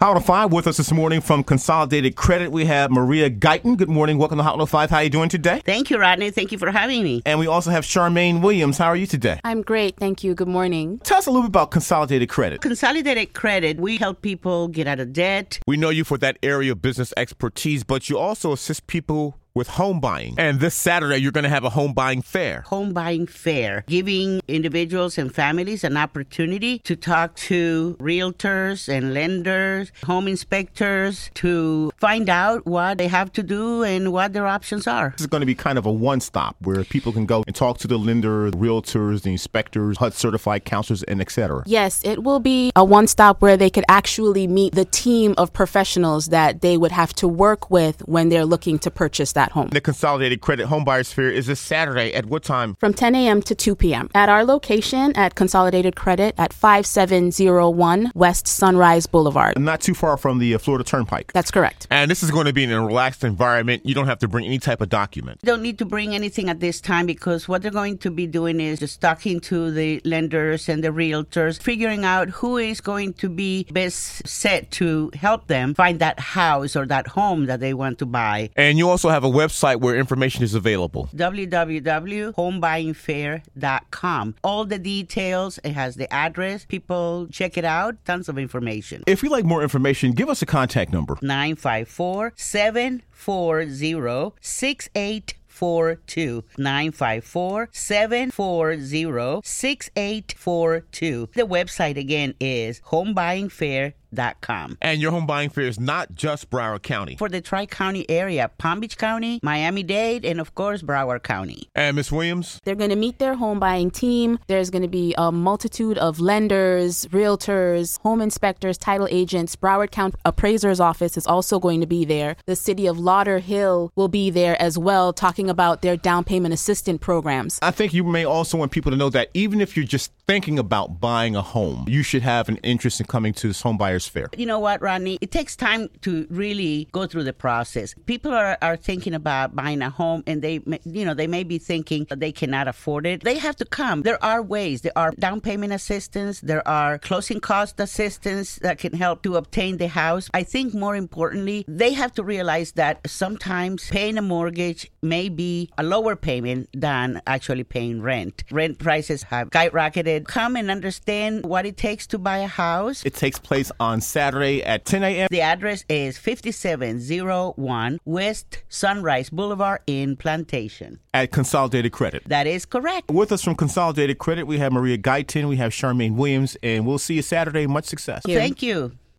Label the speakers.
Speaker 1: Howard Five with us this morning from Consolidated Credit. We have Maria Guyton. Good morning. Welcome to Howard Five. How are you doing today?
Speaker 2: Thank you, Rodney. Thank you for having me.
Speaker 1: And we also have Charmaine Williams. How are you today?
Speaker 3: I'm great, thank you. Good morning.
Speaker 1: Tell us a little bit about Consolidated Credit.
Speaker 2: Consolidated Credit, we help people get out of debt.
Speaker 1: We know you for that area of business expertise, but you also assist people with home buying. And this Saturday, you're going to have a home buying fair.
Speaker 2: Home buying fair, giving individuals and families an opportunity to talk to realtors and lenders, home inspectors to find out what they have to do and what their options are.
Speaker 1: This is going to be kind of a one stop where people can go and talk to the lender, realtors, the inspectors, HUD certified counselors, and et cetera.
Speaker 3: Yes, it will be a one stop where they could actually meet the team of professionals that they would have to work with when they're looking to purchase that home.
Speaker 1: The Consolidated Credit Home Buyers Fair is this Saturday at what time?
Speaker 3: From 10 a.m. to 2 p.m. at our location at Consolidated Credit at 5701 West Sunrise Boulevard.
Speaker 1: Not too far from the uh, Florida Turnpike.
Speaker 3: That's correct.
Speaker 1: And this is going to be in a relaxed environment. You don't have to bring any type of document.
Speaker 2: Don't need to bring anything at this time because what they're going to be doing is just talking to the lenders and the realtors, figuring out who is going to be best set to help them find that house or that home that they want to buy.
Speaker 1: And you also have a website where information is available.
Speaker 2: www.homebuyingfair.com. All the details, it has the address. People check it out, tons of information.
Speaker 1: If you'd like more information, give us a contact number.
Speaker 2: 954 740 6842. 954 740 6842. The website again is homebuyingfair.com.
Speaker 1: And your home buying fair is not just Broward County.
Speaker 2: For the Tri County area, Palm Beach County, Miami Dade, and of course, Broward County.
Speaker 1: And Miss Williams,
Speaker 3: They're going to meet their home buying team. There's going to be a multitude of lenders, realtors, home inspectors, title agents. Broward County Appraiser's Office is also going to be there. The city of Lauderhill will be there as well, talking about their down payment assistance programs.
Speaker 1: I think you may also want people to know that even if you're just thinking about buying a home, you should have an interest in coming to this home buyers fair.
Speaker 2: You know what, Rodney? It takes time to really go through the process. People are, are thinking about buying a home and they, may- you know, they may be thinking that they cannot afford it. They have to come. There are ways. There are down payment assistance. There are closing cost assistance that can help to obtain the house. I think more importantly, they have to realize that sometimes paying a mortgage may be a lower payment than actually paying rent. Rent prices have skyrocketed. Come and understand what it takes to buy a house.
Speaker 1: It takes place on Saturday at 10 a.m.
Speaker 2: The address is 5701 West Sunrise Boulevard in Plantation.
Speaker 1: at Consolidated Credit.
Speaker 2: That is correct.
Speaker 1: With us from Consolidated Credit, we have Maria Guyton, we have Charmaine Williams, and we'll see you Saturday. Much success.
Speaker 2: Thank you.